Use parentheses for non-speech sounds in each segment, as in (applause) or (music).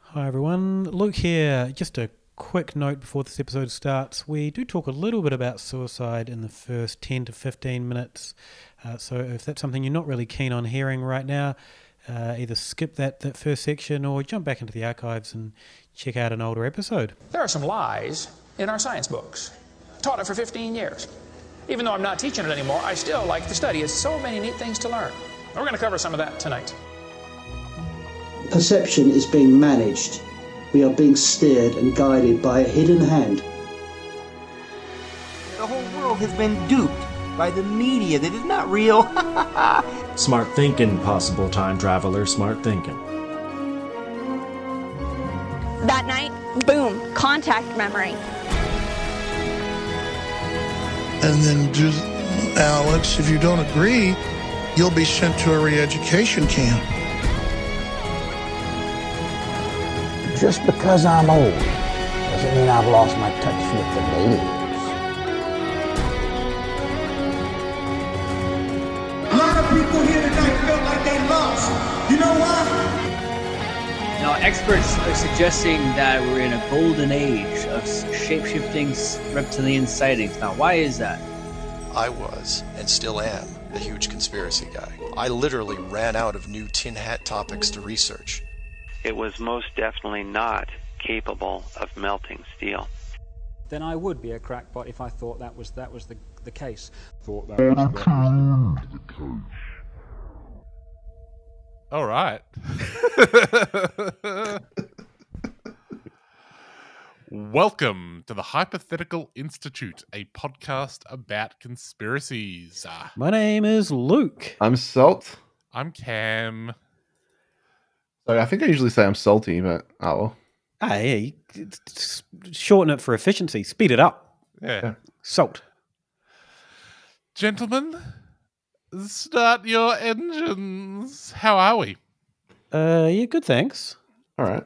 Hi, everyone. Luke here. Just a quick note before this episode starts. We do talk a little bit about suicide in the first 10 to 15 minutes. Uh, so if that's something you're not really keen on hearing right now, uh, either skip that, that first section or jump back into the archives and check out an older episode. There are some lies in our science books. Taught it for 15 years. Even though I'm not teaching it anymore, I still like to study. It's so many neat things to learn. We're going to cover some of that tonight. Perception is being managed. We are being steered and guided by a hidden hand. The whole world has been duped by the media that is not real. (laughs) Smart thinking, possible time traveler, smart thinking. That night, boom, contact memory. and then do Alex, if you don't agree, you'll be sent to a re-education camp. Just because I'm old doesn't mean I've lost my touch with the ladies. A lot of people here tonight felt like they lost. You know why? Now, experts are suggesting that we're in a golden age of shape-shifting reptilian sightings. Now, why is that? I was, and still am, a huge conspiracy guy. I literally ran out of new tin hat topics to research. It was most definitely not capable of melting steel. Then I would be a crackpot if I thought that was that was the the case. Thought that (laughs) All right. Welcome to the Hypothetical Institute, a podcast about conspiracies. Uh, My name is Luke. I'm salt. I'm Cam. Sorry, I think I usually say I'm salty, but oh well. Ah, yeah, you- it's- it's- shorten it for efficiency, speed it up. Yeah. Salt. Gentlemen, start your engines. How are we? Uh, yeah, good, thanks. All right.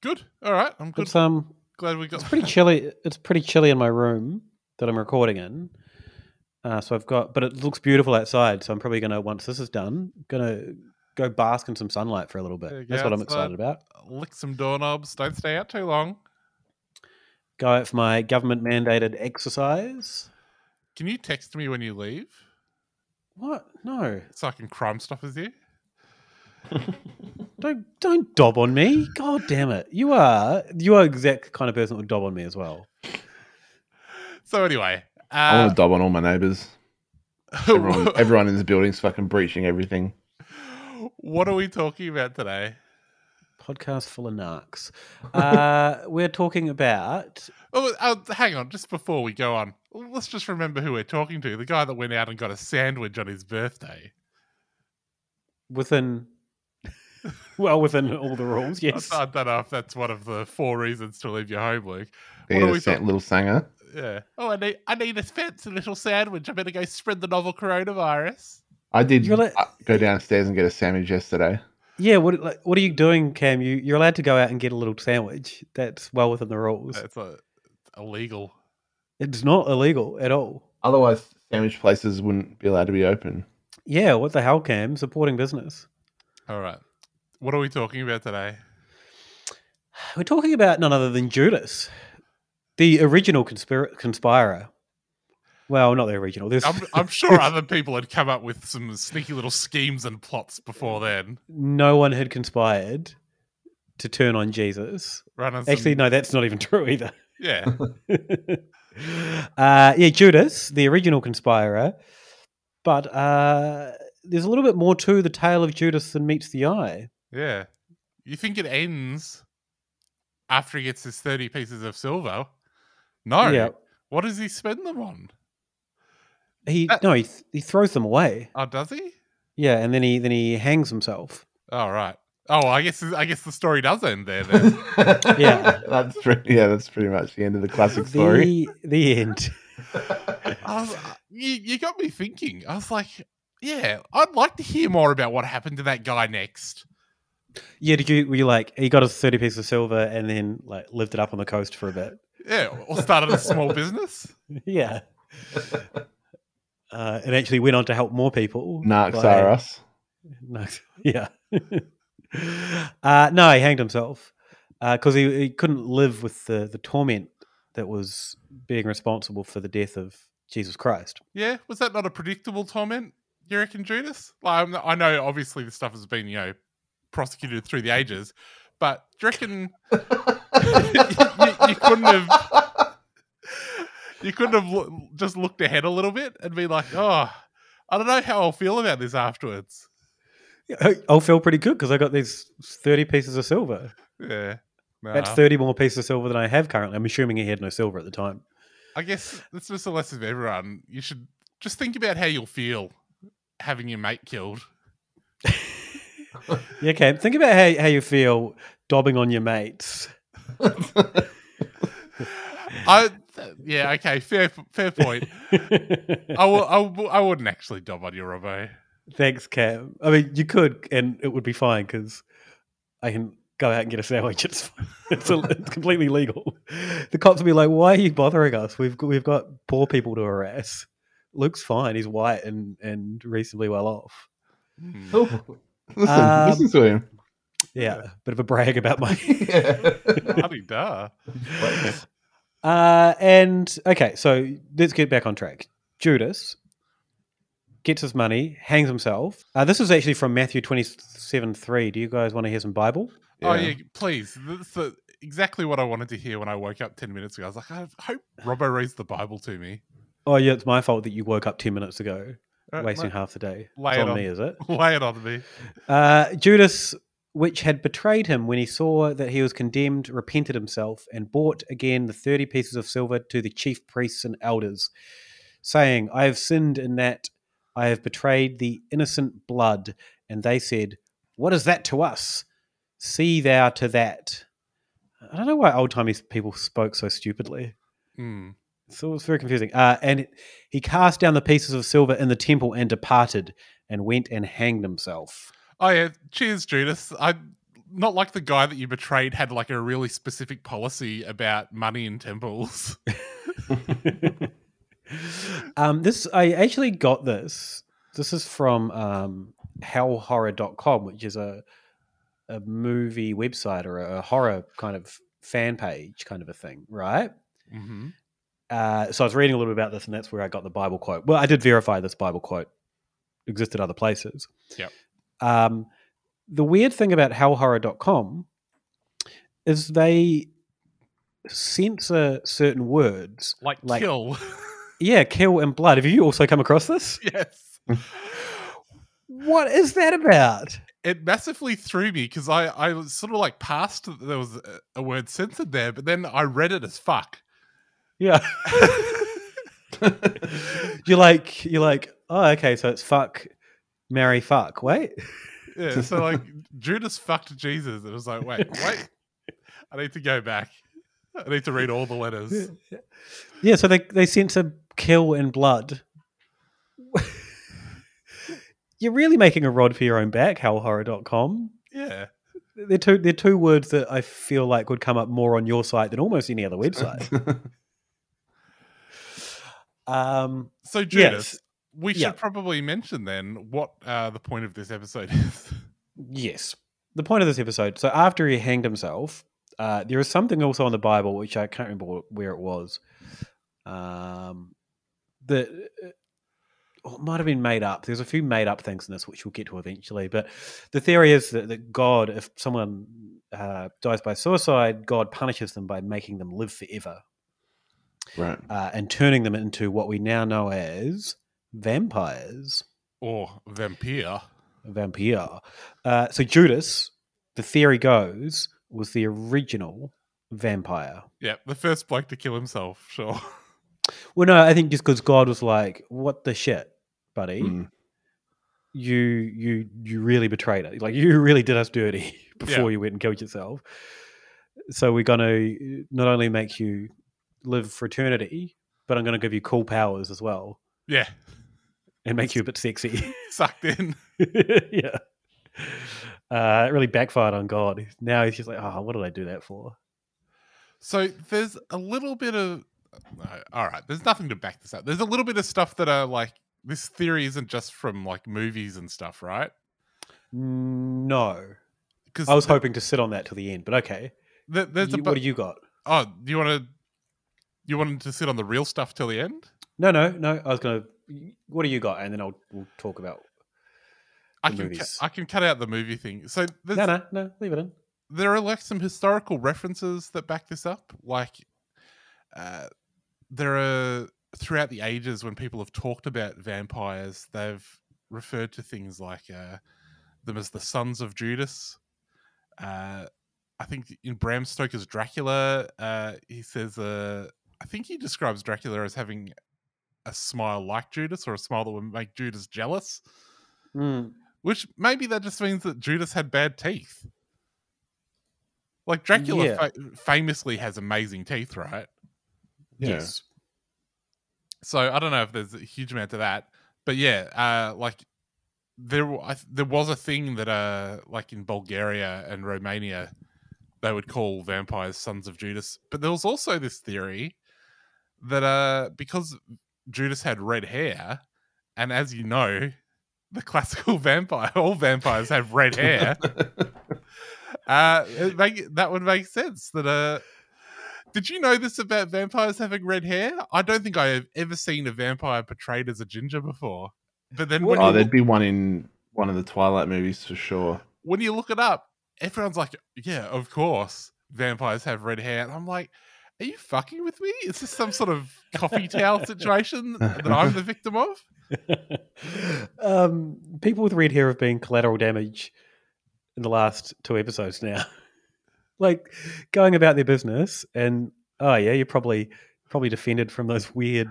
Good. All right. I'm good. It's, um, Glad we got it's pretty chilly. It's pretty chilly in my room that I'm recording in. Uh, so I've got, but it looks beautiful outside. So I'm probably gonna once this is done, gonna go bask in some sunlight for a little There you bit. That's go, what I'm outside. excited about. (laughs) Lick some doorknobs. Don't stay out too long. Go out for my government mandated exercise. Can you text me when you leave What? No, so I can crime stuff with you? don't don't dob on me. God damn it! You are you are exact kind of person that would dob on me as well. So anyway, I uh, want to dob on all my neighbors. (laughs) Everyone, everyone in this building's fucking breaching everything. what are we talking about today? Podcast full of narcs. Uh, (laughs) we're talking about Oh, uh, hang on, just before we go on, let's just remember who we're talking to. The guy that went out and got a sandwich on his birthday. within well within all the (laughs) rules. Yes. I, I don't know if that's one of the four reasons to leave your home, Luke. They What are get we a sa- talking- little sanger. Yeah. Oh, I need I need a fancy little sandwich. I better go spread the novel coronavirus. I did You're like- uh, go downstairs and get a sandwich yesterday. Yeah, what like, what are you doing, Cam? You you're allowed to go out and get a little sandwich. That's well within the rules. That's uh, illegal. It's not illegal at all. Otherwise, sandwich places wouldn't be allowed to be open. Yeah, what the hell, Cam? Supporting business. All right. What are we talking about today? We're talking about none other than Judas, the original conspira- conspirer. Well, not the original. There's I'm, I'm sure other people had come up with some sneaky little schemes and plots before then. (laughs) no one had conspired to turn on Jesus. Running some, Actually, no, that's not even (laughs) true either. yeah. (laughs) uh, yeah, Judas, the original conspirer. But uh, there's a little bit more to the tale of Judas than meets the eye. Yeah. You think it ends after he gets his 30 pieces of silver? No. Yeah. What does he spend them on? He Uh- no, he, th- he throws them away. Oh, does he? Yeah, and then he then he hangs himself. Oh, right. Oh, I guess I guess the story does end there then. (laughs) Yeah. (laughs) that's pretty, yeah, that's pretty much the end of the classic story. The the end. I was, you, you got me thinking. I was like, yeah, I'd like to hear more about what happened to that guy next. Yeah, did you were you like he got his thirty pieces of silver and then like lived it up on the coast for a bit? Yeah, or started (laughs) a small business. yeah. Uh, (laughs) and actually went on to help more people. Narcs by- are us. Narcs- yeah. (laughs) Uh, no, he hanged himself because he, he couldn't live with the, the torment that was being responsible for the death of Jesus Christ. Yeah, was that not a predictable torment? You reckon, Judas? Like, I'm, I know obviously this stuff has been you know prosecuted through the ages, but do you reckon (laughs) you, you- you couldn't have you couldn't have loo- just looked ahead a little bit and be like, oh, I don't know how I'll feel about this afterwards. I- I'll feel pretty good because I got these 30 pieces of silver. Yeah, Nah. That's 30 more pieces of silver than I have currently. I'm assuming he had no silver at the time. I guess that's just a lesson for everyone. You should just think about how you'll feel having your mate killed. Yeah, Cam, think about how, how you feel dobbing on your mates. I th- yeah okay fair fair point. I will I, will, I wouldn't actually dob on you, Robbo. Thanks, Cam. I mean, you could, and it would be fine because I can go out and get a sandwich. It's fine. (laughs) it's, a, it's completely legal. The cops will be like, "Why are you bothering us? We've got, we've got poor people to harass. Luke's fine. He's white and and reasonably well off." (laughs) Oh, listen, Um, listen to him. Yeah, bit of a brag about my. (laughs) da. Uh, and okay, so let's get back on track. Judas gets his money, hangs himself. Uh, this is actually from Matthew twenty-seven three. Do you guys want to hear some Bible? Oh yeah, please. That's the, exactly what I wanted to hear when I woke up ten minutes ago. I was like, I hope Robbo reads the Bible to me. Oh yeah, it's my fault that you woke up ten minutes ago, Uh, wasting la- half the day. Lay it's it on, me, is it? (laughs) Lay it on me. Uh, Judas, which had betrayed him when he saw that he was condemned, repented himself and bought again the thirty pieces of silver to the chief priests and elders, saying, "I have sinned in that I have betrayed the innocent blood." And they said, "What is that to us? See thou to that." I don't know why old timey people spoke so stupidly. Hmm. So it's very confusing. Uh, and it- he cast down the pieces of silver in the temple and departed and went and hanged himself. Oh yeah, cheers, Judas. I not like the guy that you betrayed had like a really specific policy about money in (laughs) temples. Um, this I actually got this. This is from um, hellhorror.com, which is a a movie website or a horror kind of fan page kind of a thing, right? mm-hmm. Uh, so I was reading a little bit about this, and that's where I got the Bible quote. Well, I did verify this Bible quote existed other places. Yep. Um, the weird thing about hellhorror.com is they censor certain words. Like, kill. Yeah, kill and blood. Have you also come across this? (laughs) yes. What is that about? It massively threw me because I, I was sort of like passed that there was a, a word censored there, but then I read it as fuck. Yeah. (laughs) you're like you're like, oh okay, so it's fuck, marry, fuck. Wait. Yeah, so like (laughs) Judas fucked Jesus. It was like, wait, wait, I need to go back. I need to read all (laughs) the letters. Yeah, so they they censor kill and blood. (laughs) You're really making a rod for your own back, hellhorror.com. Yeah. They're two they're two words that I feel like would come up more on your site than almost any other website. um So yes. Judas, we should Yeah. probably mention then what uh, the point of this episode is. (laughs) Yes. The point of this episode so, after he hanged himself, uh, there is something also in the Bible, which I can't remember wh- where it was, um, that or it might have been made up. There's a few made up things in this, which we'll get to eventually. But the theory is that, that God, if someone uh, dies by suicide, God punishes them by making them live forever Right. uh, and turning them into what we now know as vampires. or vampire. vampire. Uh, so Judas, the theory goes, was the original vampire. Yeah, the first bloke to kill himself. Sure. (laughs) Well, no, I think just because God was like, "What the shit, buddy? Mm. You you you really betrayed us. Like (laughs) you really did us dirty (laughs) before Yeah. you went and killed yourself. So we're gonna uh, not only make you live for eternity, but I'm gonna give you cool powers as well Yeah, and make you a bit sexy." (laughs) sucked in. yeah. Uh, it really backfired on God. Now he's just like, oh, what did I do that for? So there's a little bit of. No, all right, there's nothing to back this up. There's a little bit of stuff that are like this theory isn't just from like movies and stuff, right? No. Because I was hoping to sit on that till the end, but okay. There- there's a You- bu- what do you got? Oh, do you want to? You wanted to sit on the real stuff till the end? No, no, no. I was gonna. What do you got? And then I'll we'll talk about. I The can cu- movies. I can cut out the movie thing. So there's, No, no, no. Leave it in. there are like some historical references that back this up. Like, uh, there are throughout the ages when people have talked about vampires, they've referred to things like uh, them as the sons of Judas. Uh, I think in Bram Stoker's Dracula, uh, he says, uh, I think he describes Dracula as having a smile like Judas or a smile that would make Judas jealous. Hmm. Which maybe that just means that Judas had bad teeth. Like Dracula Yeah. fa- famously has amazing teeth, right? Yes. So I don't know if there's a huge amount to that, but yeah, uh, like there, wa- I, th- there was a thing that, uh, like in Bulgaria and Romania, they would call vampires sons of Judas. But there was also this theory that, uh, because Judas had red hair, and as you know, the classical (laughs) vampire, all vampires have red hair. uh, it make, that would make sense. That uh, did you know this about vampires having red hair? I don't think I have ever seen a vampire portrayed as a ginger before. But then when, Oh, you, there'd look, be one in one of the Twilight movies for sure. when you look it up, everyone's like, "Yeah, of course, vampires have red hair." And I'm like, "Are you fucking with me? Is this some sort of coffee towel situation that I'm the victim of?" (laughs) Um, people with red hair have been collateral damage in the last two episodes now. (laughs) like going about their business, and oh yeah, you're probably probably defended from those weird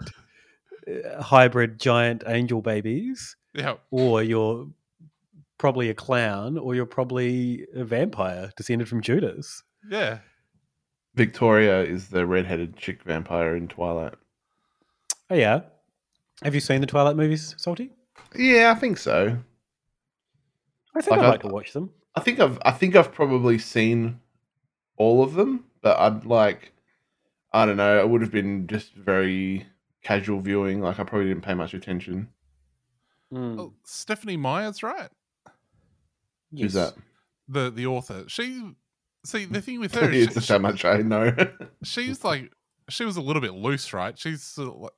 uh, hybrid giant angel babies. Yeah. Or you're probably a clown, or you're probably a vampire descended from Judas. Yeah. Victoria is the red-headed chick vampire in Twilight. Oh yeah. Have you seen the Twilight movies, Salty? Yeah, I think so. I think Like, I'd I- like to watch them. I think I've I think I've probably seen all of them, but I'd like I don't know, it would have been just very casual viewing, like I probably didn't pay much attention. Oh, Stephanie Meyer's right. Who's that? The the author. She see the (laughs) thing with her. is it's she- just how much I know. (laughs) she's like she was a little bit loose, right? She's sort of like,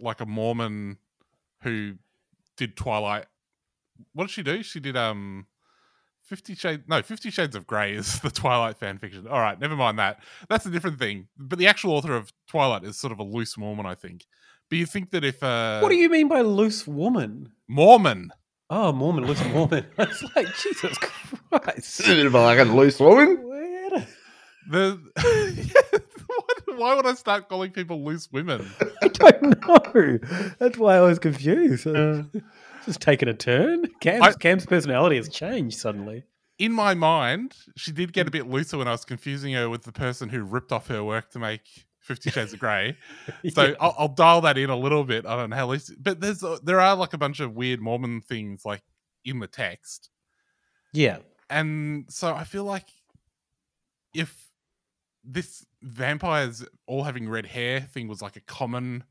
like a Mormon who did Twilight. What did she do? She did um Fifty Shades no Fifty Shades of Grey is (laughs) the Twilight fan fiction. All right, never mind that. That's a different thing. But the actual author of Twilight is sort of a loose Mormon, I think. But you think that if uh, what do you mean by loose woman? Mormon? Oh, Mormon, loose Mormon. (laughs) it's like Jesus Christ. (laughs) a bit of a, like a loose woman. The (laughs) why would I start calling people loose women? I don't know. That's why I was confused. Just taking a turn. Cam's, I- Cam's personality has changed suddenly. in my mind, she did get a bit looser when I was confusing her with the person who ripped off her work to make Fifty Shades of Grey. (laughs) So Yes. I'll, I'll dial that in a little bit. I don't know how, loose- but there's a- there are like a bunch of weird Mormon things like in the text, Yeah. and so I feel like if this vampires all having red hair thing was like a common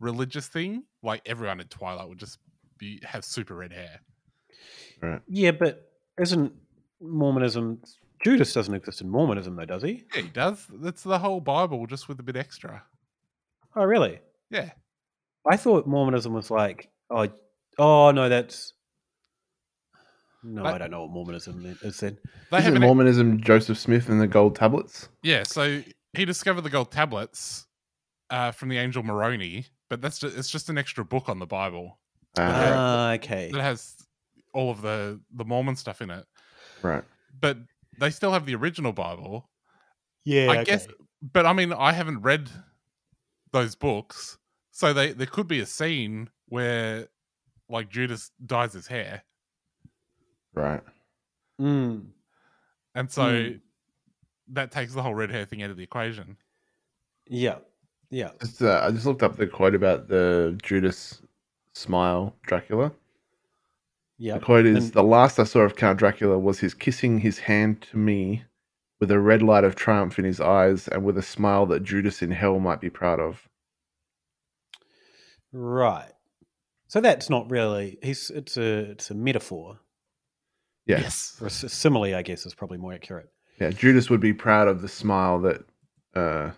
religious thing, like everyone in Twilight would just be have super red hair. Yeah, but isn't Mormonism. Judas doesn't exist in Mormonism, though, does he? Yeah, he does. That's the whole Bible, just with a bit extra. Oh, really? Yeah. I thought Mormonism was like, oh, oh no, that's. No, I, I- don't know what Mormonism is then. They Isn't have an Mormonism Joseph Smith and the gold tablets? Yeah, so he discovered the gold tablets uh, from the angel Moroni, but that's just, it's just an extra book on the Bible Ah, okay. that has all of the the Mormon stuff in it. Right. But they still have the original Bible. Yeah, I guess. But I mean, I haven't read those books, so they there could be a scene where like Judas dyes his hair, Right. Mm. and so Mm. that takes the whole red hair thing out of the equation. Yeah. Yeah. Just, uh, I just looked up the quote about the Judas smile Dracula. Yeah. The quote is And- The last I saw of Count Dracula was his kissing his hand to me with a red light of triumph in his eyes and with a smile that Judas in hell might be proud of. Right. So that's not really he's it's a it's a metaphor. Yeah. Yes. Or s- simile, I guess, is probably more accurate. Yeah, Judas would be proud of the smile that uh,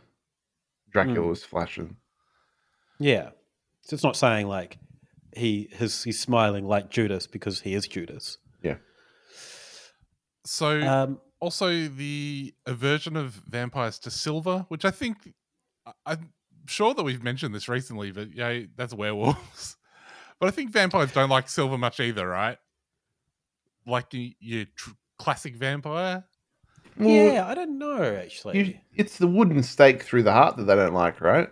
Dracula was flashing. Yeah. So it's not saying like he his he's smiling like Judas because he is Judas. Um, So Mm. Uh, also the aversion of vampires to silver, which I think I- I'm sure that we've mentioned this recently, but yeah, that's werewolves. (laughs) But I think vampires don't like silver much either, right? Like y- your tr- classic vampire. yeah, I don't know actually. You- it's the wooden stake through the heart that they don't like, right?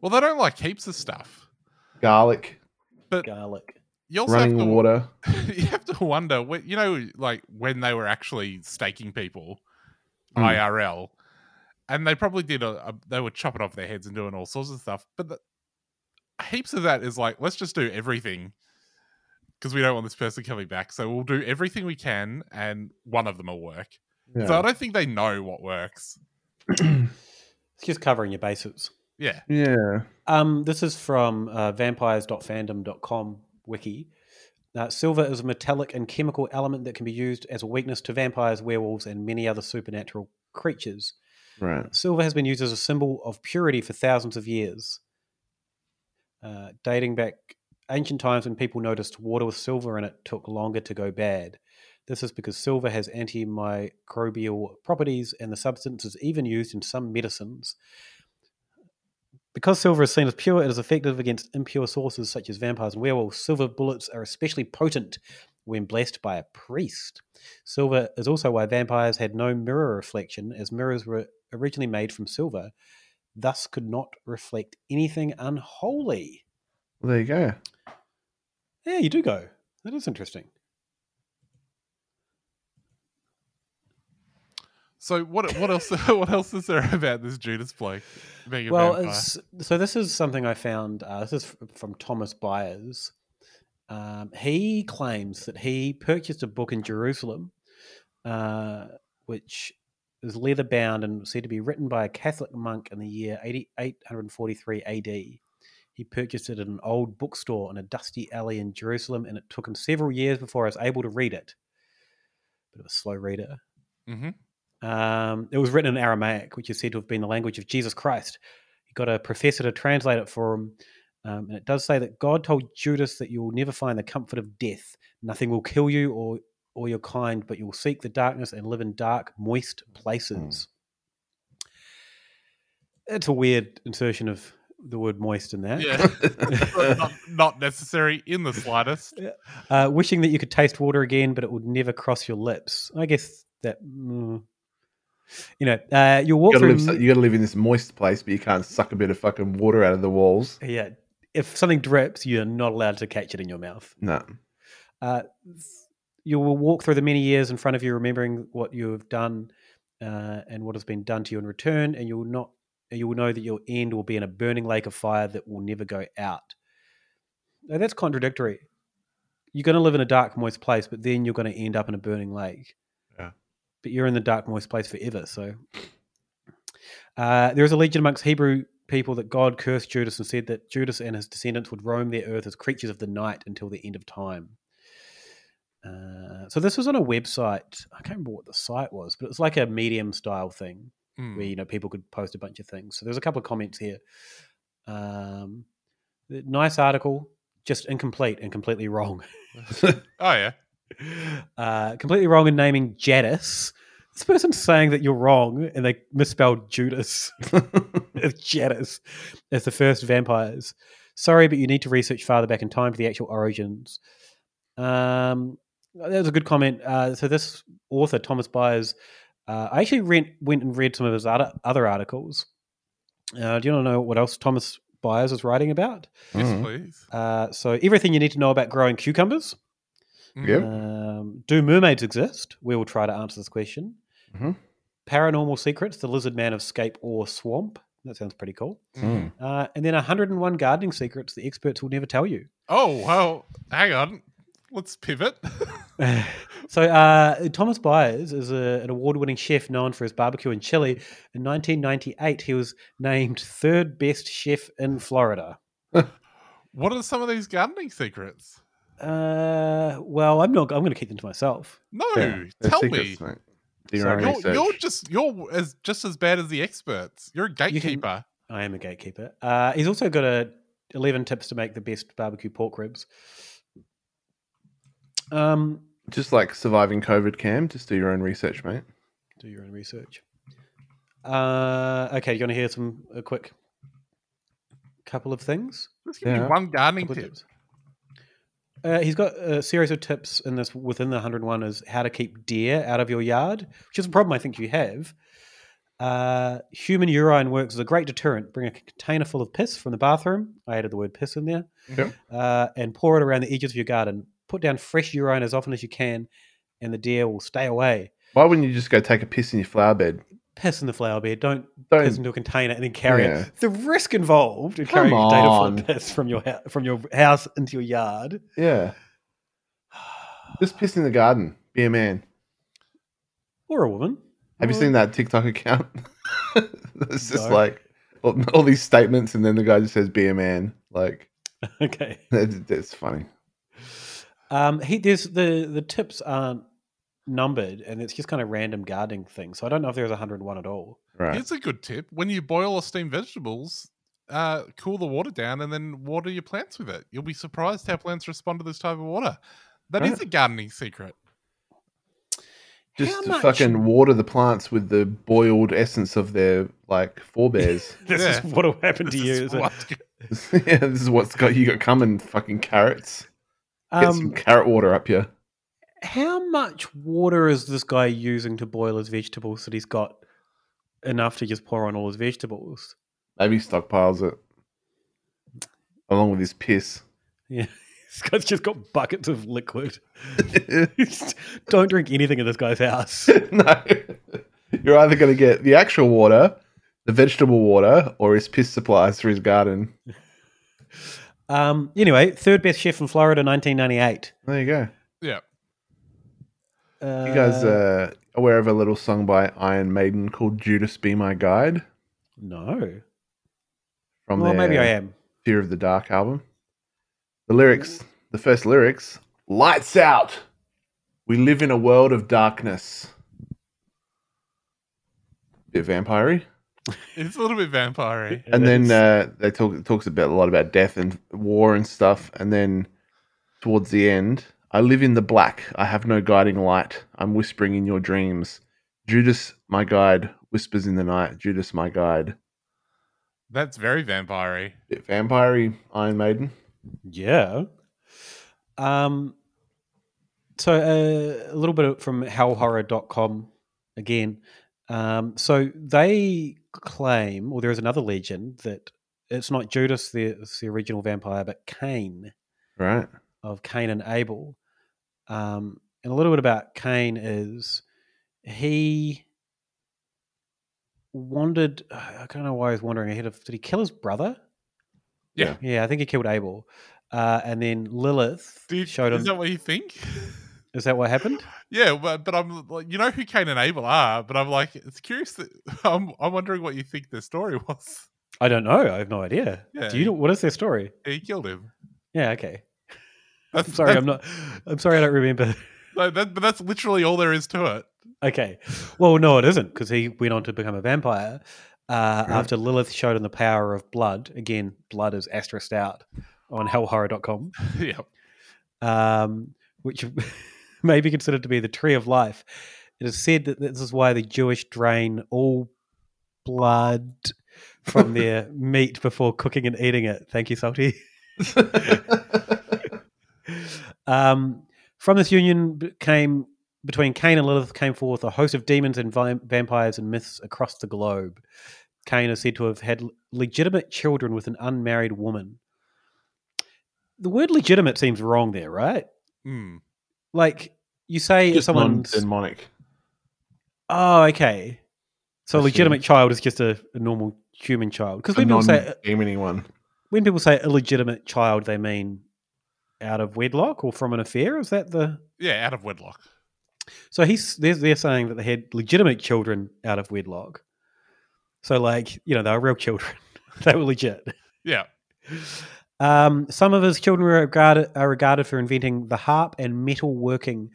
Well, they don't like heaps of stuff. Garlic, But garlic, you also have running to water. (laughs) you have to wonder, wh- you know, like when they were actually staking people, Hmm. Mm. IRL, and they probably did. A, a- they were chopping off their heads and doing all sorts of stuff. But the, heaps of that is like, let's just do everything because we don't want this person coming back. So we'll do everything we can, and one of them will work. So Yeah. I don't think they know what works. It's just covering your bases. Yeah. Yeah. Um, this is from uh, vampires.fandom.com wiki. Uh, silver is a metallic and chemical element that can be used as a weakness to vampires, werewolves, and many other supernatural creatures. Right. Silver has been used as a symbol of purity for thousands of years, uh, dating back ancient times when people noticed water with silver in it took longer to go bad. This is because silver has antimicrobial properties, and the substance is even used in some medicines. Because silver is seen as pure, it is effective against impure sources such as vampires and werewolves. Silver bullets are especially potent when blessed by a priest. Silver is also why vampires had no mirror reflection, as mirrors were originally made from silver, thus could not reflect anything unholy. Well, there you go. Yeah, you do go. That is interesting. So what? What else? (laughs) what else is there about this Judas bloke being a well, vampire? it's, so this is something I found. Uh, this is f- from Thomas Byers. Um, he claims that he purchased a book in Jerusalem, uh, which is leather bound and said to be written by a Catholic monk in the year 80, 843 AD. He purchased it at an old bookstore in a dusty alley in Jerusalem, and it took him several years before I was able to read it. Bit of a slow reader. Mm-hmm. Um, it was written in Aramaic, which is said to have been the language of Jesus Christ. He got a professor to translate it for him. Um, and it does say that God told Judas that you will never find the comfort of death. Nothing will kill you or, or your kind, but you will seek the darkness and live in dark, moist Hmm. places. It's a weird insertion of the word moist in that. (laughs) Yeah, not, not necessary in the slightest. uh, wishing that you could taste water again, but it would never cross your lips. I guess that, mm, you know, uh, you'll You walk gotta, through. live, so- you gotta live in this moist place, but you can't suck a bit of fucking water out of the walls. Yeah. If something drips, you're not allowed to catch it in your mouth. No. Uh, you will walk through the many years in front of you, remembering what you have done uh, and what has been done to you in return, and you will not. You will know that your end will be in a burning lake of fire that will never go out. Now, that's contradictory. You're going to live in a dark, moist place, but then you're going to end up in a burning lake. Yeah. But you're in the dark, moist place forever. So uh, there is a legend amongst Hebrew people that God cursed Judas and said that Judas and his descendants would roam the earth as creatures of the night until the end of time. Uh, so this was on a website. I can't remember what the site was, but it was like a medium style thing Hmm. where you know people could post a bunch of things. So there's a couple of comments here. Um, the- nice article, just incomplete and completely (laughs) wrong. Oh yeah. uh, completely wrong in naming Jadis. This person's saying that you're wrong and they misspelled Judas. (laughs) it's Jadis as the first vampires. Sorry, but you need to research farther back in time for the actual origins. Um, that was a good comment. Uh, so this author, Thomas Byers, uh, I actually rent, went and read some of his other, other articles. Uh, do you want to know what else Thomas Byers is writing about? Yes, Hmm. Mm. please. Uh, so everything you need to know about growing cucumbers. Yep. Mm-hmm. Um, do mermaids exist? We will try to answer this question. Mhm. Paranormal secrets: The Lizard Man of Scape or Swamp. That sounds pretty cool. Mm. Uh, and then 101 gardening secrets the experts will never tell you. (laughs) Oh well, hang on. Let's pivot. (laughs) So uh, Thomas Byers is a, an award-winning chef known for his barbecue in Chile. In 1998, he was named third best chef in Florida. What are some of these gardening secrets? Uh, well, I'm not. I'm going to keep them to myself. No, Yeah, they're tell secrets, me. mate. Do your Sorry. own You're- research. You're just you're as just as bad as the experts. You're a gatekeeper. I am a gatekeeper. Uh, he's also got a eleven tips to make the best barbecue pork ribs. Um, Just like surviving COVID, Cam. Just do your own research, mate. do your own research. Uh, okay, you want to hear some a quick couple of things? Let's give me Yeah. one gardening tip. Uh, he's got a series of tips in this within the 101 is how to keep deer out of your yard, which is a problem I think you have. Uh, human urine works as a great deterrent. Bring a container full of piss from the bathroom. I added the word piss in there. Okay. Uh, and pour it around the edges of your garden. Put down fresh urine as often as you can, and the deer will stay away. Why wouldn't you just go take a piss in your flower bed? Piss in the flower bed. Don't, Don't- piss into a container and then carry Yeah. it. The risk involved in Come carrying a container full on. of piss from your hou- from your house into your yard. Yeah. Just piss in the garden. Be a man. Or a woman. Have you Or- seen that TikTok account? (laughs) it's just No. like all, (laughs) all these statements, and then the guy just says, "Be a man." Like, (laughs) (laughs) Okay. that's, that's funny. Um, he there's the the tips aren't numbered, and it's just kind of random gardening things. So I don't know if there's 101 at all. Right. Here's a good tip: when you boil or steam vegetables, uh, cool the water down and then water your plants with it. You'll be surprised how plants respond to this type of water. That is Right. a gardening secret. Just to much- fucking water the plants with the boiled essence of their like (laughs) forebears. (laughs) This is what will happen to you. is it? (laughs) yeah, this is what's got you got coming. Fucking carrots. Get some Um, carrot water up here. How much water is this guy using to boil his vegetables that he's got enough to just pour on all his vegetables? (laughs) Maybe he stockpiles it along with his piss. Yeah. This guy's just got buckets of (laughs) liquid. Don't drink anything in this guy's house. (laughs) no. You're either going to get the actual water, the vegetable water, or his piss supplies for his garden. Um, anyway, third best chef in Florida, 1998. There you go. Yeah. Uh, You guys uh, aware of a little song by Iron Maiden called "Judas Be My Guide" No. from Well, their maybe I am. Fear of the Dark album? The lyrics, the first lyrics, "Lights out." We live in a world of darkness. Bit vampire (laughs) It's a little bit vampire and then uh, they talk it talks about a lot about death and war and stuff. And then towards the end, I live in the black. I have no guiding light. I'm whispering in your dreams. Judas, my guide, whispers in the night. Judas, my guide. That's very vampire Bit vampire Iron Maiden. Yeah. Um, so uh, a little bit from hellhorror.com again. Um, so they claim, or there is another legend, that it's not Judas, the, it's the original vampire, but Cain Right. of Cain and Abel. Um, and a little bit about Cain is he wandered. I don't know why he was wandering ahead of. Did he kill his brother? Yeah. Yeah, I think he killed Abel. Uh, and then Lilith Dude, showed him. is that what you think? (laughs) is that what happened? Yeah, but, but I'm like, you know who Cain and Abel are, but I'm like, it's curious that (laughs) I'm, I'm wondering what you think their story (laughs) was. I don't know. I have no idea. Yeah. Do you know what is their story? He killed him. Yeah. Okay. I'm That's- sorry. (laughs) I'm not. I'm sorry. I don't remember. (laughs) No, that, but that's literally all there is to it. Okay. Well, no, it isn't because he went on to become a vampire uh, after Lilith showed him the power of blood. Again, blood is asterisked out on hellhorror.com, (laughs) yeah. um, which (laughs) may be considered to be the tree of life. It is said that this is why the Jewish drain all blood from their meat before cooking and eating it. Thank you, Salty. (laughs) Um, from this union b- came between Cain and Lilith came forth a host of demons and vi- vampires and myths across the globe. Cain is said to have had l- legitimate children with an unmarried woman. The word "legitimate" seems wrong there, right? Hmm. Like you say if Just someone's non-demonic. oh, okay. So, I see. legitimate child is just a, a normal human child because A when people say uh, non-demony one. when people say illegitimate child, they mean out of wedlock or from an affair. Is that the Yeah, out of wedlock. So he's they're, they're saying that they had legitimate children out of wedlock. (laughs) So like you know they were real children, they were legit. Yeah. Um, some of his children are regarded, are regarded for inventing the harp and metal working.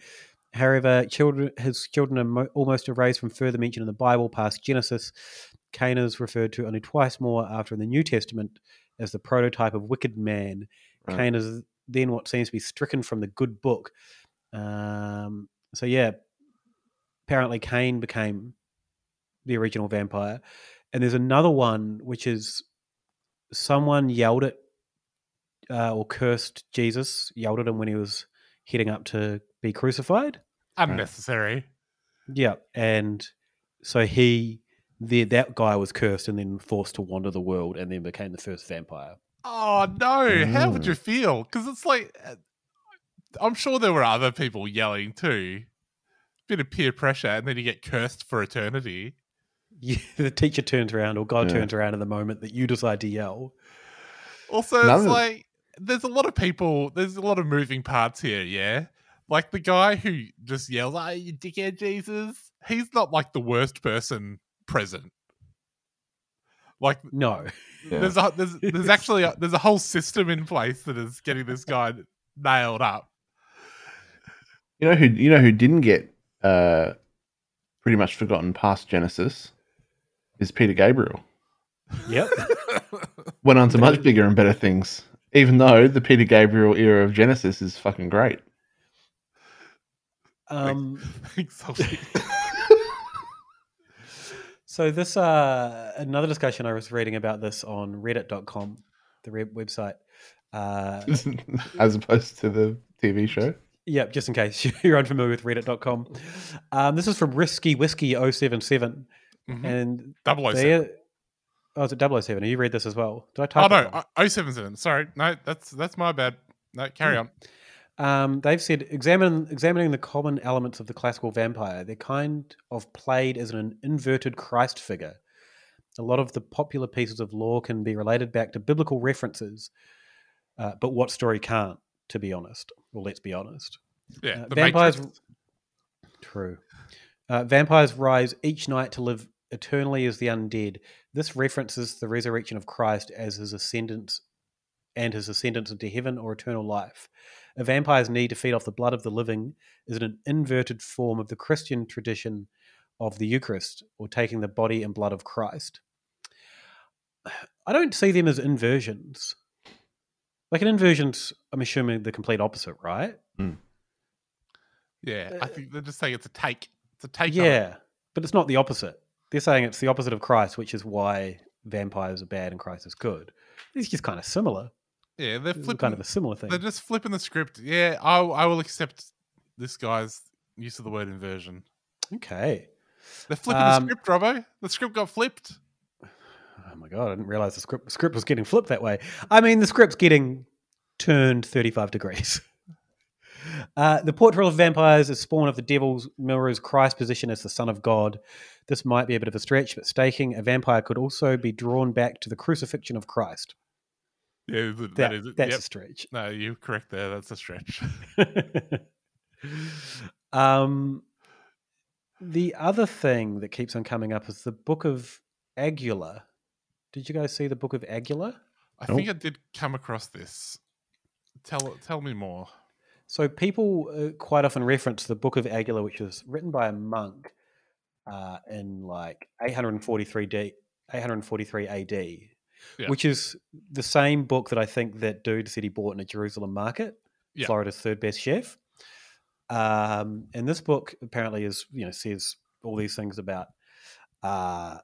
However, children, his children are mo- almost erased from further mention in the Bible past Genesis. Cain is referred to only twice more after in the New Testament as the prototype of wicked man. Right. Cain is then what seems to be stricken from the good book. Um, so, yeah, apparently Cain became the original vampire. And there's another one which is someone yelled at uh, or cursed Jesus, yelled at him when he was heading up to be crucified. Unnecessary. Yeah, and so he, the, that guy was cursed and then forced to wander the world and then became the first vampire. (laughs) Oh no! How would you feel? Because it's like, uh, I'm sure there were other people yelling too. Bit of peer pressure, and then you get cursed for eternity. Yeah, the teacher turns around or God Yeah. turns around at the moment that you decide to yell. Also, None of- it's like there's a lot of people. There's a lot of moving parts here. Yeah, like the guy who just yells, "Ah, you dickhead, Jesus!" He's not like the worst person present. Like no, there's a, there's there's actually a, there's a whole system in place that is getting this guy nailed up. You know who? You know who didn't get uh, pretty much forgotten past Genesis is Peter Gabriel. (laughs) Yep. Went on to much bigger and better things. Even though the Peter Gabriel era of Genesis is fucking (laughs) great. (laughs) Um, Thanks, Elsie. so this uh, another discussion I was reading about this on Reddit.com, the re- website. Uh, As opposed to the TV show. yeah, just in case (laughs) you're unfamiliar with Reddit.com, um, this is from Risky Whiskey 077. Mhm. and 007. they- Oh, is it 007? You read this as well? Did I type? Oh it no, oh seven seven. Sorry, no, that's that's my bad. No, carry Hmm. on. Um, they've said examine, examining the common elements of the classical vampire, they're kind of played as an inverted Christ figure. A lot of the popular pieces of lore can be related back to biblical references, uh, but what story can't, to be honest? Well, let's be honest. Yeah, Uh, the vampires. Matrix. True. Uh, vampires rise each night to live eternally as the undead. This references the resurrection of Christ as his ascendance and his ascendance into heaven or eternal life. A vampire's need to feed off the blood of the living is an inverted form of the Christian tradition of the Eucharist or taking the body and blood of Christ. I don't see them as inversions. Like an inversion's, I'm assuming, the complete opposite, right? Yeah, I think they're just saying it's a take. It's a take. on it. Yeah, but it's not the opposite. They're saying it's the opposite of Christ, which is why vampires are bad and Christ is good. It's just kind of similar. yeah, they're It's flipping kind of a similar thing. They're just flipping the script. Yeah, I I will accept this guy's use of the word inversion. Okay. They're flipping Um, the script, Robbo. The script got flipped. Oh my god, I didn't realize the script script was getting flipped that way. I mean, the script's getting turned 35 degrees. (laughs) Uh, the portrayal of vampires is spawn of the devil's mirrors Christ's position as the son of God. This might be a bit of a stretch, but staking a vampire could also be drawn back to the crucifixion of Christ. Yeah, th- That- that is it. that's a stretch. No, you're correct there. That's a stretch. (laughs) (laughs) Um, the other thing that keeps on coming up is the Book of Agula. Did you guys see the Book of Agula? I think I did come across this. Tell tell me more. So people uh, quite often reference the Book of Agula, which was written by a monk uh, in like 843 D, 843 AD, Yeah. which is the same book that I think that dude said he bought in a Jerusalem market, Yeah. Florida's third best chef. Um, and this book apparently is you know says all these things about uh,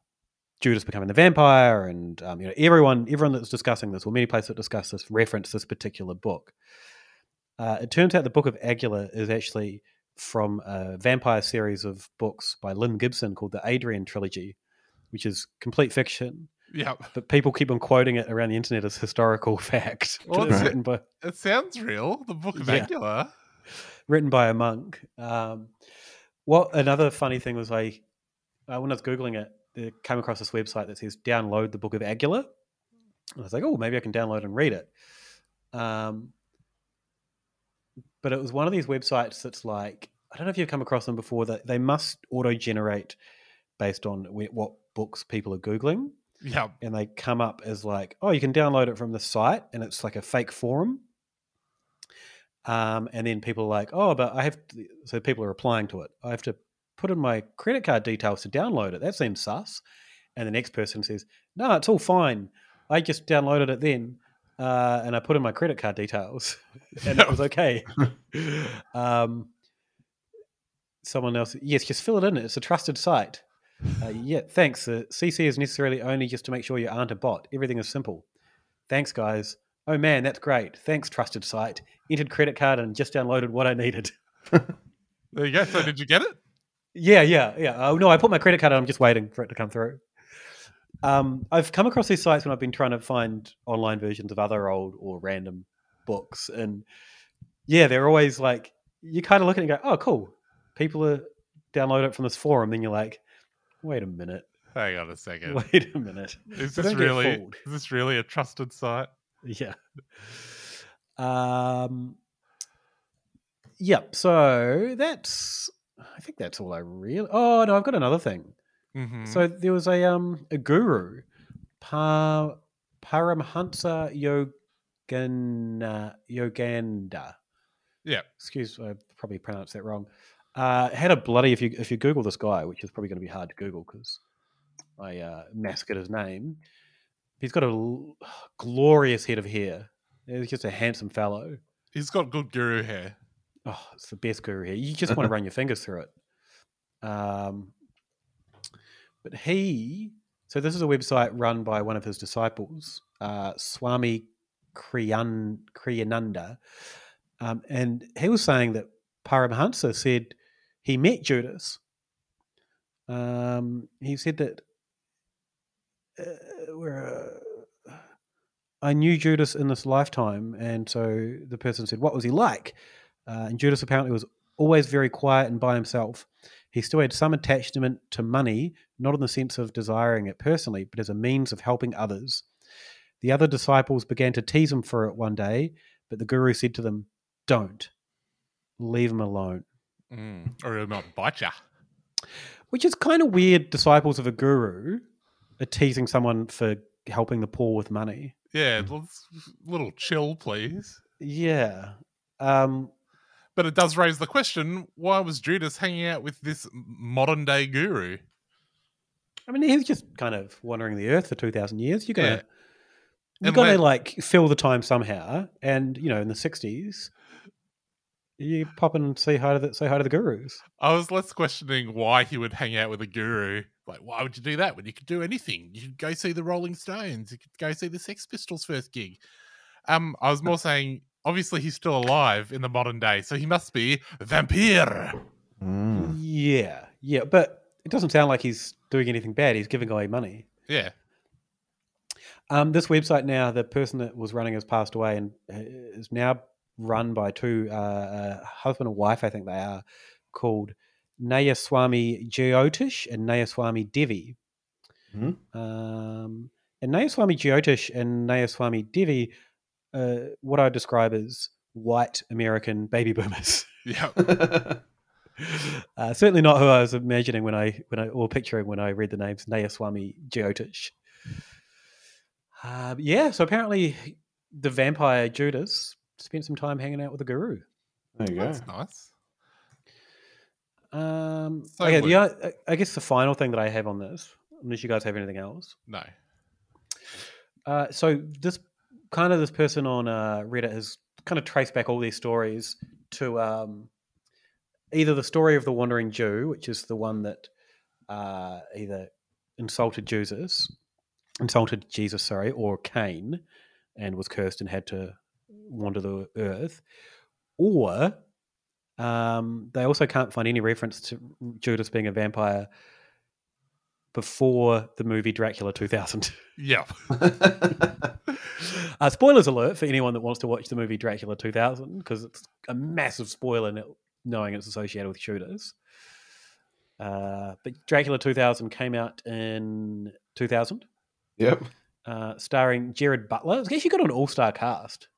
Judas becoming the vampire, and um, you know everyone everyone that's discussing this, or many places that discuss this, reference this particular book. Uh, it turns out the Book of Aguila is actually from a vampire series of books by Lynn Gibson called the Adrian Trilogy, which is complete fiction. Yep. But people keep on quoting it around the internet as historical (laughs) fact. Well, It's it's- written by It sounds real. The Book of Yeah. Angela. written by a monk. Um, what another funny thing was I, uh, when I was googling it, I came across this website that says download the Book of Aguila. And I was like, oh, maybe I can download and read it. Um, but it was one of these websites that's like I don't know if you've come across them before that they must auto generate based on wh- what books people are googling. Yeah. And they come up as like, oh, you can download it from the site, and it's like a fake forum. Um, and then people are like, oh, but I have, to, so people are applying to it. I have to put in my credit card details to download it. That seems sus. And the next person says, no, it's all fine. I just downloaded it then, uh, and I put in my credit card details, (laughs) and it was okay. um, someone else, yes, just fill it in. It's a trusted site. Uh, yeah, thanks. Uh, CC is necessarily only just to make sure you aren't a bot. Everything is simple. Thanks, guys. Oh man, that's great. Thanks, trusted site. Entered credit card and just downloaded what I needed. (laughs) There you go. So did you get it? Yeah, yeah, yeah. Oh no, I put my credit card on. I'm just waiting for it to come through. Um, I've come across these sites when I've been trying to find online versions of other old or random books, and yeah, they're always like you kind of look at it and go, "Oh, cool." People are download it from this forum, then you're like, "Wait a minute, Hang on a second. (laughs) wait a minute." Is So this don't get really fooled. is this really a trusted site? Yeah. Um. Yep. So that's. I think that's all I really. Oh no, I've got another thing. Mhm. So there was a um a guru, pa, Paramhansa Yogana, Yoganda. Yeah. Excuse, I probably pronounced that wrong. Uh, had a bloody if you if you Google this guy, which is probably going to be hard to Google because I uh, mask at his name. He's got a l- glorious head of hair. He's just a handsome fellow. He's got good guru hair. Oh, it's the best guru hair. You just want to run your fingers through it. Um, but he, so this is a website run by one of his disciples, uh, Swami Kriyan, Kriyananda. Um, and he was saying that Paramahansa said he met Judas. Um, he said that uh, where, uh, I knew Judas in this lifetime. And so the person said, What was he like? Uh, and Judas apparently was always very quiet and by himself. He still had some attachment to money, not in the sense of desiring it personally, but as a means of helping others. The other disciples began to tease him for it one day, but the guru said to them, Don't. Leave him alone. Mm. Or he'll not bite ya. Which is kind of weird. Disciples of a guru are teasing someone for helping the poor with money. Yeah, Hmm. let's, little chill, please. Yeah. Um, But it does raise the question: Why was Judas hanging out with this modern day guru? I mean, he was just kind of wandering the earth for 2,000 years. You're going Yeah. to. You've And got to when- like fill the time somehow, and you know, in the '60s, you pop in and say hi to the say hi to the gurus. I was less questioning why he would hang out with a guru. Like, why would you do that when you could do anything? You could go see the Rolling Stones. You could go see the Sex Pistols' first gig. Um, I was more saying, obviously, he's still alive in the modern day, so he must be a vampire. Yeah, yeah, but it doesn't sound like he's doing anything bad. He's giving away money. Yeah. Um, this website now, the person that was running has passed away and uh, is now run by two uh, uh, husband and wife, I think they are, called Nayaswamy Jyotish and Nayaswamy Devi. Um, and Nayaswamy Jyotish and Nayaswamy Devi, uh, what I describe as white American baby boomers. Yeah. (laughs) Uh, certainly not who I was imagining when I when I or picturing when I read the names Nayaswamy Jyotish. Uh, yeah, so apparently the vampire Judas spent some time hanging out with the guru. There you go. That's nice. Um, So okay, would- the, o- I guess the final thing that I have on this, unless you guys have anything else. No. Uh, so this kind of this person on uh, Reddit has kind of traced back all these stories to um, either the story of the wandering Jew, which is the one that uh, either insulted Jesus, insulted Jesus, sorry, or Cain, and was cursed and had to wander the earth, or um, they also can't find any reference to Judas being a vampire before the movie Dracula 2000. Yeah. Uh, spoilers alert for anyone that wants to watch the movie Dracula 2000 because it's a massive spoiler kn- knowing it's associated with shooters. Uh, but Dracula 2000 came out in 2000, Yep. uh, starring Jared Butler. I guess you got an all star cast.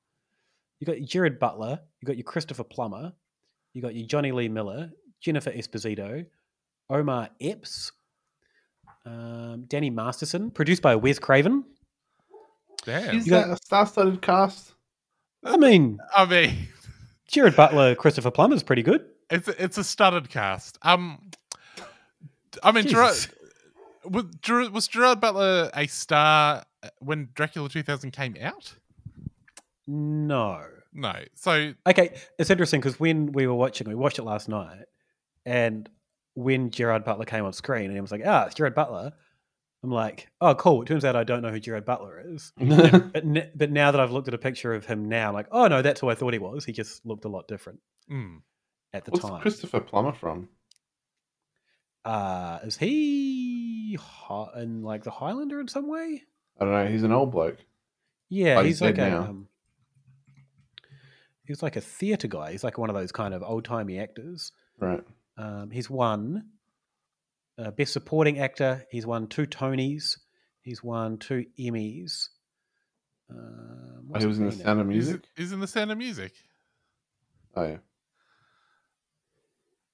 You got your Jared Butler, you got your Christopher Plummer, you got your Johnny Lee Miller, Jennifer Esposito, Omar Epps, Um, Danny Masterson, produced by Wes Craven. Damn. Is You got- that a star-studded cast? I mean, I mean, Jared Butler, Christopher Plummer's pretty good. It's a, it's a studded cast. Um, I mean, Gerard, Jesus. was, Gerard, was Gerard Butler a star uh, when Dracula 2000 came out? No. No. So Okay, it's interesting because when we were watching, we watched it last night, and when Gerard Butler came on screen, and it was like, "Ah, it's Gerard Butler." I'm like, "Oh, cool." It turns out I don't know who Gerard Butler (laughs) is, but n- but now that I've looked at a picture of him now, I'm like, "Oh no, that's who I thought he was. He just looked a lot different Mm. at the What's time." Christopher Plummer from? Uh, is he hi- in like the Highlander in some way? I don't know. He's an old bloke. Yeah, Oh, he's like dead a now. um, he's like a theatre guy. He's like one of those kind of old timey actors. Right. Um, he's won uh, best supporting actor. He's won two Tonys. He's won two Emmys. Um, Oh, he was in The Sound of Music. He's in the Sound of Music. Oh yeah.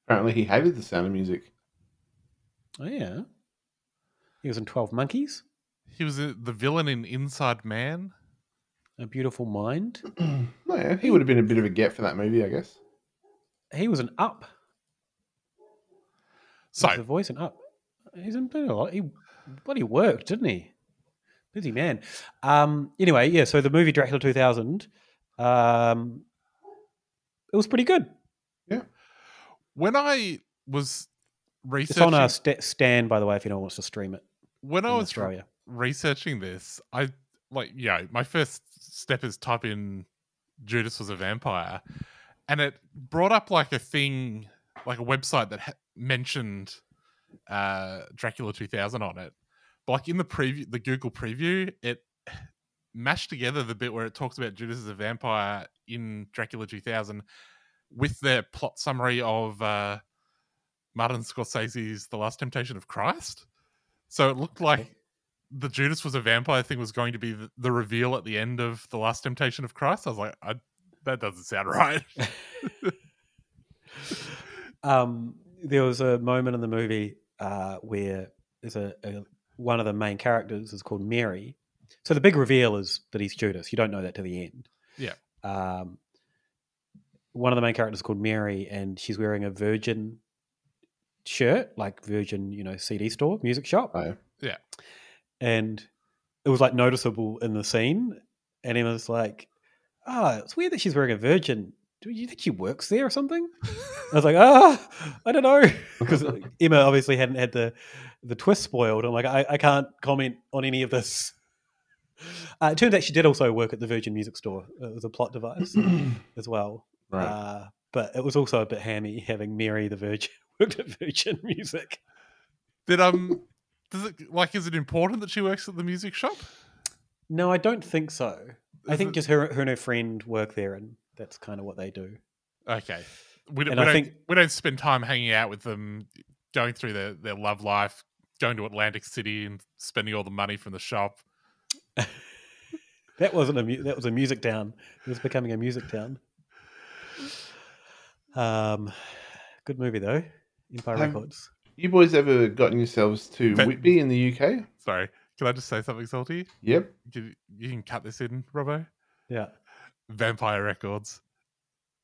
Apparently, he hated The Sound of Music. Oh yeah, he was in Twelve Monkeys, He was a, the villain in Inside Man. A Beautiful (clears throat) Mind. No, yeah, he would have been a bit of a get for that movie, I guess. He was an Up. So the voice and Up. He's in been a lot. He bloody worked, didn't he? Busy man. Um. Anyway, yeah. So the movie Dracula 2000, um, it was pretty good. When I was It's on researching, our st- stand, by the way, if anyone wants to stream it. when I in was Australia. researching this, I like you know my first step is type in Judas was a vampire, and it brought up like a thing, like a website that ha- mentioned uh, Dracula 2000 on it. But like in the preview, the Google preview, it mashed together the bit where it talks about Judas as a vampire in Dracula 2000 with their plot summary of uh, Martin Scorsese's The Last Temptation of Christ. So it looked like the Judas was a vampire thing was going to be the, the reveal at the end of The Last Temptation of Christ. I was like, I, that doesn't (laughs) sound (laughs) right. um, there was a moment in the movie uh, where there's a, a one of the main characters is called Mary. So the big reveal is that he's Judas. You don't know that to the end. Yeah. Um, one of the main characters is called Mary, and she's wearing a Virgin shirt, like Virgin, you know, CD store, music shop. Yeah. And it was like noticeable in the scene. And he was like, "Ah, it's weird that she's wearing a Virgin. Do you think she works there or something?" I was like, "Ah, I don't (laughs) know," because Emma obviously hadn't had the the twist spoiled. I'm like, I, I can't comment on any of this. Uh, it turns out she did also work at the Virgin Music Store. It was a plot (clears throat) device as well. Right. Uh, but it was also a bit hammy having Mary the Virgin (laughs) worked at Virgin Music. Did um, does it like is it important that she works at the music shop? No, I don't think so. I Is think it- just her, her and her friend work there, and that's kind of what they do. Okay, we, d- we And don't I think- we don't spend time hanging out with them, going through their their love life, going to Atlantic City and spending all the money from the shop. That wasn't a mu- that was a music town. It was becoming a music town. Um, good movie though, Empire Have- Records. You boys ever gotten yourselves to That- Whitby in the UK? Sorry, can I just say something salty? Yep. You, you can cut this in, Robbo. Yeah, Vampire Records.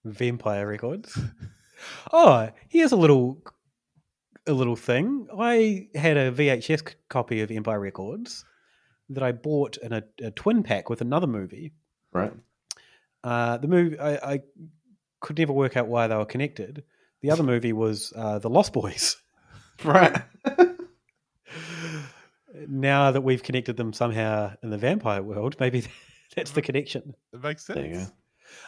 Vampire Records. (laughs) Oh, here's a little a little thing. I had a VHS c- copy of Empire Records that I bought in a, a twin pack with another movie. Right. (laughs) Uh, the movie I, I could never work out why they were connected. The other movie was uh, The Lost Boys. (laughs) Right. now that we've connected them somehow in the vampire world, maybe (laughs) that's Mm-hmm. the connection. It makes sense. There you go.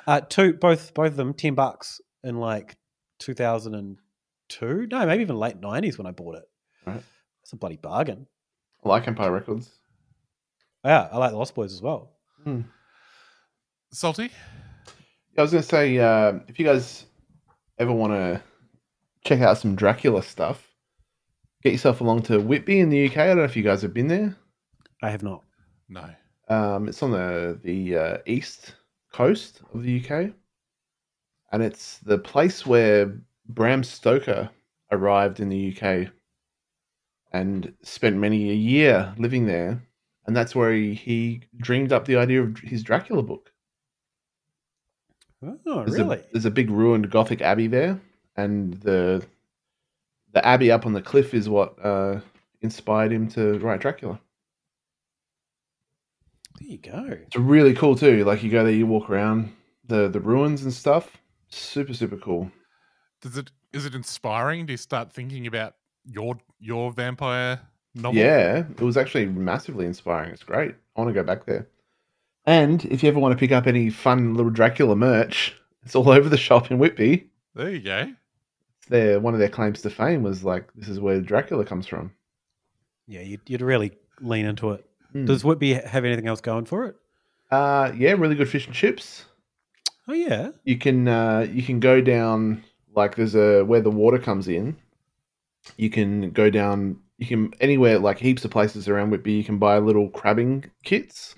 Uh, two, both, both of them, ten bucks in like two thousand and two. No, maybe even late nineties when I bought it. Right. It's a bloody bargain. I like Empire Records. Yeah, I like the Lost Boys as well. Salty. I was going to say, uh, if you guys ever want to check out some Dracula stuff, get yourself along to Whitby in the UK. I don't know if you guys have been there. I have not. No. Um, it's on the the uh, east coast of the UK, and it's the place where Bram Stoker arrived in the UK. and spent many a year living there. And that's where he, he dreamed up the idea of his Dracula book. Oh, There's really? A, there's a big ruined Gothic abbey there, and the the abbey up on the cliff is what uh, inspired him to write Dracula. There you go. It's really cool too. Like you go there, you walk around the the ruins and stuff. Super super cool. Does it is it inspiring? Do you start thinking about your your vampire novel? Yeah, it was actually massively inspiring. It's great. I want to go back there. And if you ever want to pick up any fun little Dracula merch, it's all (laughs) over the shop in Whitby. There you go. It's their one of their claims to fame was like this is where Dracula comes from. Yeah, you'd, you'd really lean into it. Hmm. Does Whitby have anything else going for it? Uh, yeah, really good fish and chips. Oh yeah. You can uh, you can go down like there's a where the water comes in. You can go down. You can anywhere like heaps of places around Whitby. You can buy little crabbing kits.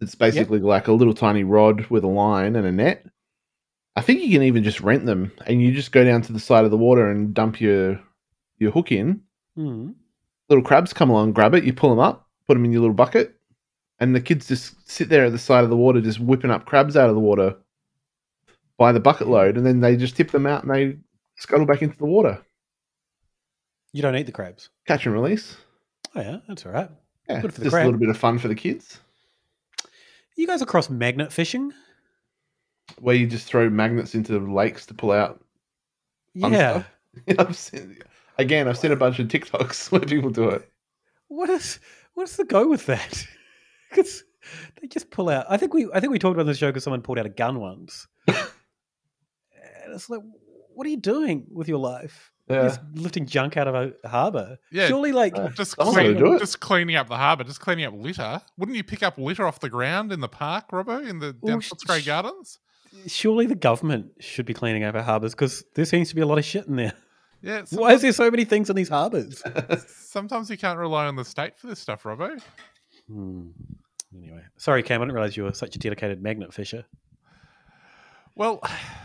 It's basically like a little tiny rod with a line and a net. I think you can even just rent them, and you just go down to the side of the water and dump your your hook in. Mm. Little crabs come along, grab it. You pull them up, put them in your little bucket, and the kids just sit there at the side of the water, just whipping up crabs out of the water by the bucket load, and then they just tip them out and they scuttle back into the water. You don't eat the crabs. Catch and release. Oh yeah, that's all right. Yeah, Good for the just crab. a little bit of fun for the kids, You guys across magnet fishing? where you just throw magnets into lakes to pull out. fun Yeah. stuff. (laughs) I've seen, again, I've seen a bunch of TikToks (laughs) where people do it. What is what's the go with that? (laughs) 'Cause they just pull out. I think we I think we talked about this show because someone pulled out a gun once. and it's like, what are you doing with your life? You're Yeah. Just lifting junk out of a harbour. Yeah, Surely, like just someone's clean, gotta do it. just cleaning up the harbour, just cleaning up litter. Wouldn't you pick up litter off the ground in the park, Robbo, in the Well, down sh- Footscray Gardens? surely the government should be cleaning up our harbours because there seems to be a lot of shit in there. (laughs) Yeah, it's- Why is there so many things in these harbours? Sometimes you can't rely on the state for this stuff, Robbo. Hmm. Anyway, sorry, Cam. I didn't realize you were such a dedicated magnet fisher. Well,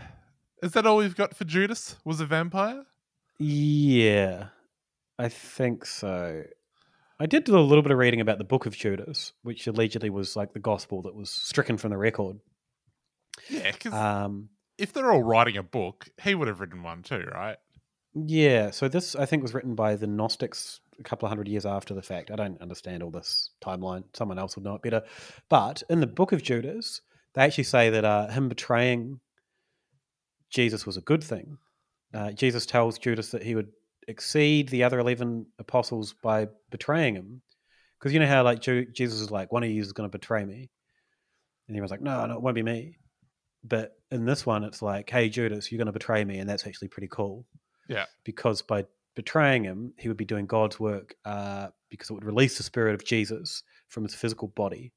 (sighs) is that all we've got for Judas? Was a vampire? Yeah, I think so. I did do a little bit of reading about the Book of Judas, which allegedly was like the gospel that was stricken from the record. Yeah, because Um, if they're all writing a book, he would have written one too, right? yeah, so this I think was written by the Gnostics a couple of hundred years after the fact. I don't understand all this timeline. Someone else would know it better. But in the Book of Judas, they actually say that uh, him betraying Jesus was a good thing. Uh, Jesus tells Judas that he would exceed the other 11 apostles by betraying him. Because you know how like Ju- Jesus is like, one of you is going to betray me. And everyone's like, no, no, it won't be me. But in this one, it's like, hey, Judas, you're going to betray me. And that's actually pretty cool. Yeah. Because by betraying him, he would be doing God's work uh, because it would release the spirit of Jesus from his physical body.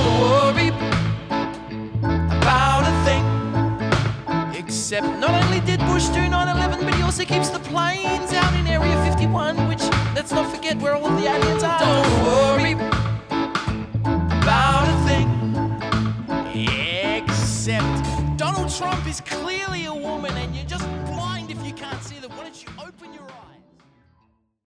worry about a thing. Except not only did Bush do 9-11, but he also keeps the planes out in Area 51, which let's not forget where all of the aliens are. Don't worry about a thing. Except Donald Trump is clearly a woman, and you're just blind if you can't